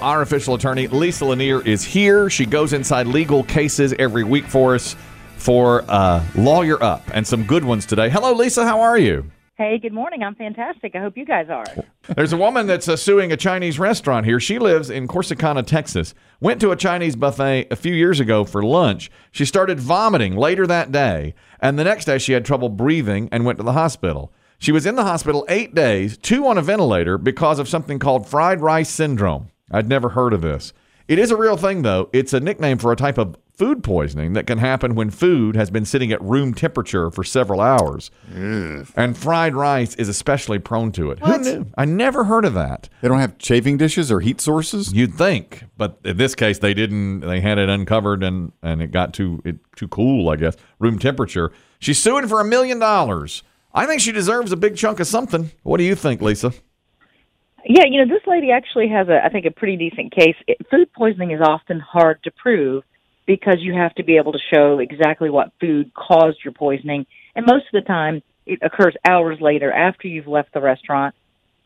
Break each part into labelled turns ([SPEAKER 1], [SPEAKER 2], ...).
[SPEAKER 1] Our official attorney, Lisa Lanier, is here. She goes inside legal cases every week for us for uh, Lawyer Up and some good ones today. Hello, Lisa. How are you?
[SPEAKER 2] Hey, good morning. I'm fantastic. I hope you guys are.
[SPEAKER 1] There's a woman that's uh, suing a Chinese restaurant here. She lives in Corsicana, Texas. Went to a Chinese buffet a few years ago for lunch. She started vomiting later that day, and the next day she had trouble breathing and went to the hospital. She was in the hospital eight days, two on a ventilator, because of something called fried rice syndrome. I'd never heard of this. It is a real thing, though. It's a nickname for a type of food poisoning that can happen when food has been sitting at room temperature for several hours. And fried rice is especially prone to it. Who knew? I never heard of that.
[SPEAKER 3] They don't have chafing dishes or heat sources?
[SPEAKER 1] You'd think, but in this case, they didn't. They had it uncovered, and and it got too it too cool, I guess, room temperature. She's suing for a million dollars. I think she deserves a big chunk of something. What do you think, Lisa?
[SPEAKER 2] Yeah, you know, this lady actually has a, I think, a pretty decent case. It, food poisoning is often hard to prove because you have to be able to show exactly what food caused your poisoning. And most of the time, it occurs hours later after you've left the restaurant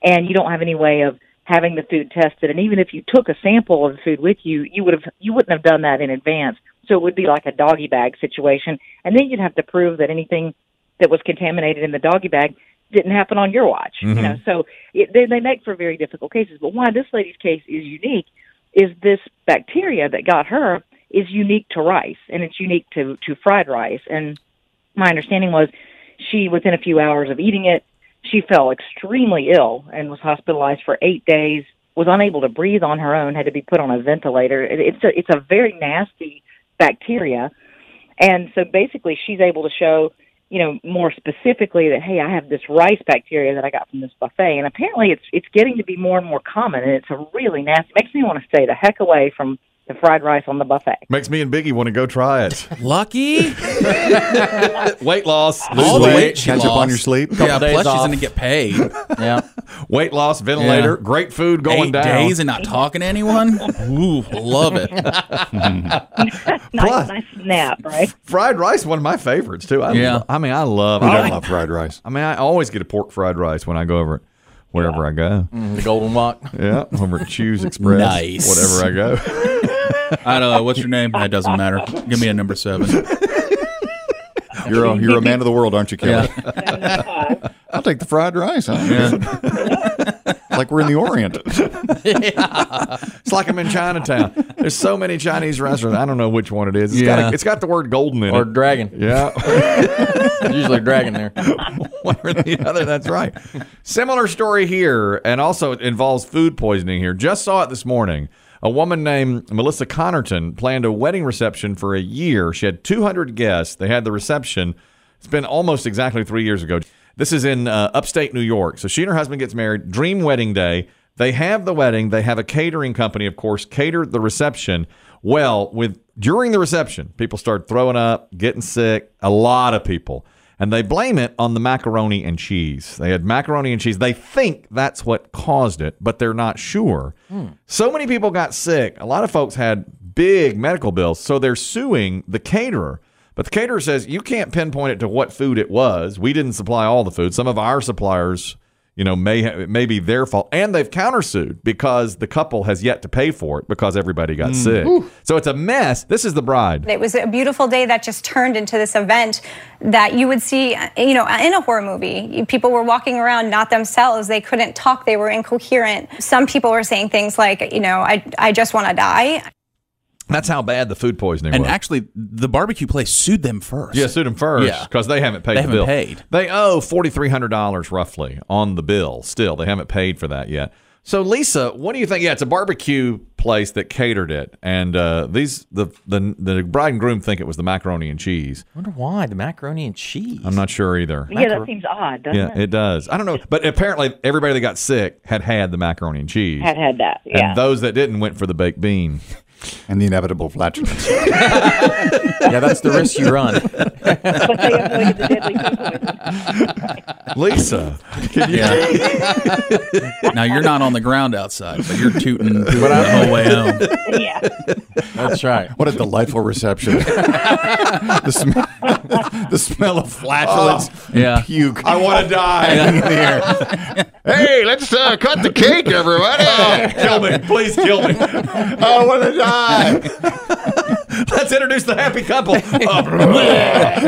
[SPEAKER 2] and you don't have any way of having the food tested. And even if you took a sample of the food with you, you would have, you wouldn't have done that in advance. So it would be like a doggy bag situation. And then you'd have to prove that anything that was contaminated in the doggy bag didn't happen on your watch. You know, so it, they, they make for very difficult cases. But why this lady's case is unique is this bacteria that got her is unique to rice, and it's unique to to fried rice. And my understanding was she, within a few hours of eating it, she fell extremely ill and was hospitalized for eight days. Was unable to breathe on her own, had to be put on a ventilator. It, it's a it's a very nasty bacteria. And so basically, she's able to show, you know, more specifically that hey, I have this rice bacteria that I got from this buffet, and apparently it's it's getting to be more and more common, and it's a really nasty. Makes me want to stay the heck away from the fried rice on the buffet.
[SPEAKER 1] Makes me and Biggie want to go try it.
[SPEAKER 4] Lucky.
[SPEAKER 1] weight loss, lose
[SPEAKER 4] All the
[SPEAKER 1] weight,
[SPEAKER 4] weight she
[SPEAKER 3] catch up on
[SPEAKER 4] lost.
[SPEAKER 3] your sleep.
[SPEAKER 4] yeah,
[SPEAKER 1] days
[SPEAKER 4] plus she's
[SPEAKER 1] off.
[SPEAKER 4] going to get paid. yeah.
[SPEAKER 1] weight loss, ventilator,
[SPEAKER 4] Yeah.
[SPEAKER 1] great food going
[SPEAKER 4] Eight
[SPEAKER 1] down.
[SPEAKER 4] days and not talking to anyone. Ooh, love it.
[SPEAKER 2] Nice,
[SPEAKER 1] Plus-
[SPEAKER 2] nice nap, right?
[SPEAKER 1] fried rice, one of my favorites too. I,
[SPEAKER 4] Yeah.
[SPEAKER 1] I mean, I love.
[SPEAKER 3] I
[SPEAKER 1] I,
[SPEAKER 3] don't love fried rice.
[SPEAKER 1] I mean, I always get a pork fried rice when I go over it, wherever I go.
[SPEAKER 5] The Golden Rock.
[SPEAKER 1] Yeah, over at Choose Express,
[SPEAKER 4] Nice.
[SPEAKER 1] whatever I go.
[SPEAKER 4] I don't know. What's your name? That doesn't matter. Give me a number seven.
[SPEAKER 3] You're a, you're a man of the world, aren't you, Kelly? I'll take the fried rice. Huh? it's like we're in the Orient.
[SPEAKER 1] It's like I'm in Chinatown. There's so many Chinese restaurants. I don't know which one it is. It's got
[SPEAKER 4] Yeah.
[SPEAKER 1] a, it's got the word golden in
[SPEAKER 5] Or
[SPEAKER 1] it.
[SPEAKER 5] Dragon.
[SPEAKER 1] Yeah,
[SPEAKER 5] Usually Dragon there.
[SPEAKER 1] one or the other. That's right. Similar story here, and also it involves food poisoning here. Just saw it this morning. A woman named Melissa Connerton planned a wedding reception for a year. She had 200 guests. They had the reception. It's been almost exactly three years ago. This is in uh, upstate New York. So she and her husband gets married. Dream wedding day. They have the wedding. They have a catering company, of course, cater the reception. Well, with during the reception, people start throwing up, getting sick. A lot of people, and they blame it on the macaroni and cheese. They had macaroni and cheese. They think that's what caused it, but they're not sure. So many people got sick. A lot of folks had big medical bills, so they're suing the caterer. But the caterer says you can't pinpoint it to what food it was. We didn't supply all the food. Some of our suppliers, you know, may ha- it may be their fault, and they've countersued because the couple has yet to pay for it because everybody got sick. So it's a mess. This is the bride.
[SPEAKER 6] It was a beautiful day that just turned into this event that you would see, you know, in a horror movie. People were walking around not themselves. They couldn't talk. They were incoherent. Some people were saying things like, you know, I, I just want to die.
[SPEAKER 1] That's how bad the food poisoning
[SPEAKER 4] And
[SPEAKER 1] was.
[SPEAKER 4] actually, the barbecue place sued them first.
[SPEAKER 1] yeah, sued them first
[SPEAKER 4] Yeah.
[SPEAKER 1] because they haven't paid
[SPEAKER 4] They
[SPEAKER 1] the
[SPEAKER 4] haven't
[SPEAKER 1] bill.
[SPEAKER 4] paid.
[SPEAKER 1] They owe forty three hundred dollars roughly on the bill. Still, they haven't paid for that yet. So, Lisa, what do you think? Yeah, it's a barbecue place that catered it, and uh, these the, the the bride and groom think it was the macaroni and cheese.
[SPEAKER 5] I wonder why the macaroni and cheese.
[SPEAKER 1] I'm not sure either.
[SPEAKER 2] Yeah, that seems odd, doesn't
[SPEAKER 1] Yeah,
[SPEAKER 2] it?
[SPEAKER 1] it does. I don't know, but apparently everybody that got sick had had the macaroni and cheese,
[SPEAKER 2] Had had that.
[SPEAKER 1] and
[SPEAKER 2] Yeah.
[SPEAKER 1] those that didn't went for the baked bean.
[SPEAKER 3] And the inevitable flatulence.
[SPEAKER 5] Yeah, that's the risk you run.
[SPEAKER 2] but they avoided the deadly food poisoning.
[SPEAKER 1] Lisa,
[SPEAKER 4] Yeah. now you're not on the ground outside, but you're tooting, tooting the whole way home.
[SPEAKER 2] Yeah.
[SPEAKER 5] That's right.
[SPEAKER 3] What a delightful reception. the, sm- the smell of flatulence.
[SPEAKER 4] Yeah.
[SPEAKER 3] Puke.
[SPEAKER 1] I want to die.
[SPEAKER 3] hanging in the air. Hey, let's uh, cut the cake, everybody.
[SPEAKER 1] Oh, kill me. Please kill me.
[SPEAKER 3] I want to die.
[SPEAKER 1] Let's introduce the happy couple. Uh,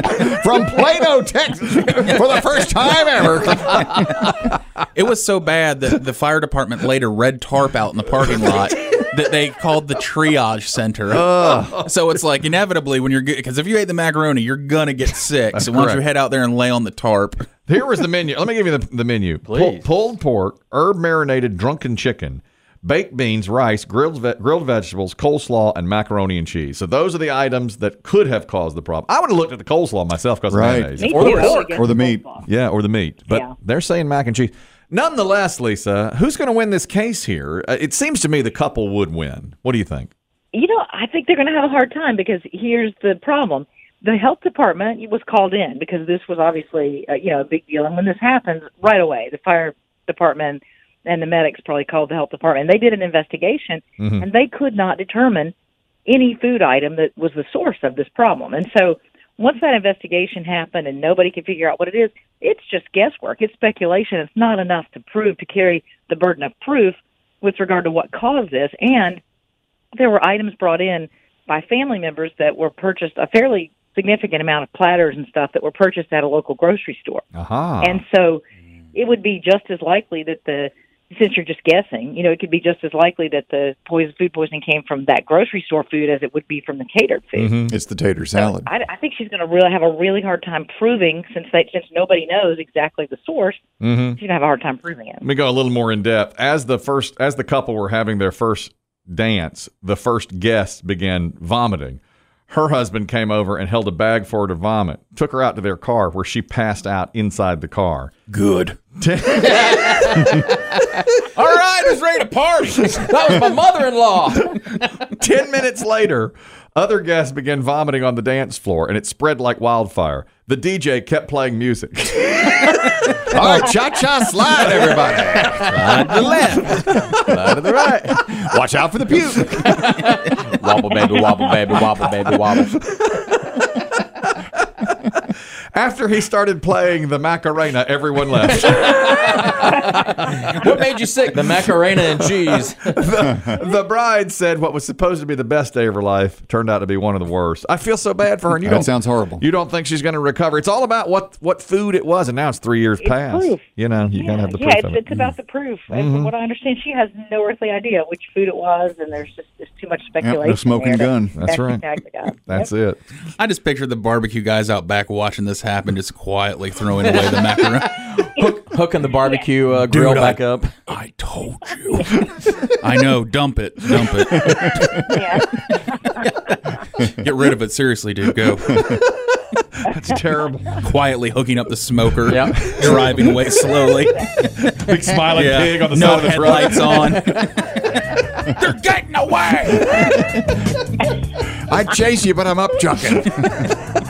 [SPEAKER 3] From Plano, Texas, for the first time ever.
[SPEAKER 4] It was so bad that the fire department laid a red tarp out in the parking lot that they called the triage center. So it's like inevitably when you're because if you ate the macaroni, you're gonna get sick. so once you
[SPEAKER 1] correct.
[SPEAKER 4] head out there and lay on the tarp,
[SPEAKER 1] Here was the menu. Let me give you the, the menu. Pull,
[SPEAKER 5] Please.
[SPEAKER 1] pulled pork, herb marinated drunken chicken, baked beans, rice, grilled ve- grilled vegetables, coleslaw, and macaroni and cheese. So those are the items that could have caused the problem. I would have looked at the coleslaw myself because
[SPEAKER 3] Right.
[SPEAKER 1] of mayonnaise.
[SPEAKER 2] Me
[SPEAKER 3] Or the
[SPEAKER 2] too. I would
[SPEAKER 3] pork.
[SPEAKER 2] guess
[SPEAKER 3] Or the
[SPEAKER 2] both
[SPEAKER 3] meat.
[SPEAKER 2] of 'em.
[SPEAKER 1] Yeah, or the meat. But
[SPEAKER 2] Yeah.
[SPEAKER 1] they're saying mac and cheese. Nonetheless, Lisa, who's going to win this case here? Uh, It seems to me the couple would win. What do you think?
[SPEAKER 2] You know, I think they're going to have a hard time because here's the problem. The health department was called in because this was obviously, uh, you know, a big deal. And when this happens, right away, the fire department and the medics probably called the health department. They did an investigation and they could not determine any food item that was the source of this problem. And so once that investigation happened and nobody can figure out what it is, it's just guesswork. It's speculation. It's not enough to prove, to carry the burden of proof with regard to what caused this. And there were items brought in by family members that were purchased a fairly significant amount of platters and stuff that were purchased at a local grocery store.
[SPEAKER 1] Ah. Aha.
[SPEAKER 2] And so it would be just as likely that the since you're just guessing, you know, it could be just as likely that the poison food poisoning came from that grocery store food as it would be from the catered food.
[SPEAKER 3] It's the tater salad.
[SPEAKER 2] I, I think she's going to really have a really hard time proving since they, since nobody knows exactly the source. She's going to have a hard time proving it.
[SPEAKER 1] Let me go a little more in depth. As the first, as the couple were having their first dance, the first guest began vomiting. Her husband came over and held a bag for her to vomit. Took her out to their car, where she passed out inside the car.
[SPEAKER 4] good.
[SPEAKER 5] All right, I was ready to party. That was my mother-in-law.
[SPEAKER 1] Ten minutes later, other guests began vomiting on the dance floor, and it spread like wildfire. The DJ kept playing music.
[SPEAKER 3] All right, cha cha slide, everybody.
[SPEAKER 4] Slide to the left.
[SPEAKER 5] Out of the right.
[SPEAKER 3] Watch out for the puke.
[SPEAKER 5] Wobble baby, wobble baby, wobble baby, wobble.
[SPEAKER 1] After he started playing the Macarena, everyone left.
[SPEAKER 5] What made you sick? The macarena and cheese.
[SPEAKER 1] the bride said what was supposed to be the best day of her life turned out to be one of the worst. I feel so bad for her. And you
[SPEAKER 3] That
[SPEAKER 1] don't,
[SPEAKER 3] sounds horrible.
[SPEAKER 1] You don't think she's going to recover? It's all about what what food it was, and now it's three years past.
[SPEAKER 2] proof.
[SPEAKER 1] You know, you
[SPEAKER 2] yeah,
[SPEAKER 1] gotta have the
[SPEAKER 2] yeah,
[SPEAKER 1] proof
[SPEAKER 2] it's,
[SPEAKER 1] of it. Mm-hmm.
[SPEAKER 2] it's about the proof. And from what I understand, she has no earthly idea which food it was, and there's just there's too much speculation.
[SPEAKER 3] smoking
[SPEAKER 2] there to-
[SPEAKER 3] gun.
[SPEAKER 1] That's right.
[SPEAKER 2] Exactly that.
[SPEAKER 1] That's it.
[SPEAKER 4] I just pictured the barbecue guys out back watching this happen, just quietly throwing away the macaroni.
[SPEAKER 5] Hook, hooking the barbecue uh, grill
[SPEAKER 4] Dude, I-
[SPEAKER 5] back up.
[SPEAKER 4] I told you. I know. Dump it. Dump it.
[SPEAKER 2] yeah.
[SPEAKER 4] Get rid of it. Seriously, dude. Go.
[SPEAKER 1] It's terrible.
[SPEAKER 4] Quietly hooking up the smoker.
[SPEAKER 5] Yep.
[SPEAKER 4] Driving away slowly.
[SPEAKER 1] Big smiling pig on the
[SPEAKER 4] no
[SPEAKER 1] side of the road.
[SPEAKER 4] headlights on. They're getting away.
[SPEAKER 3] I chase you, but I'm up chucking.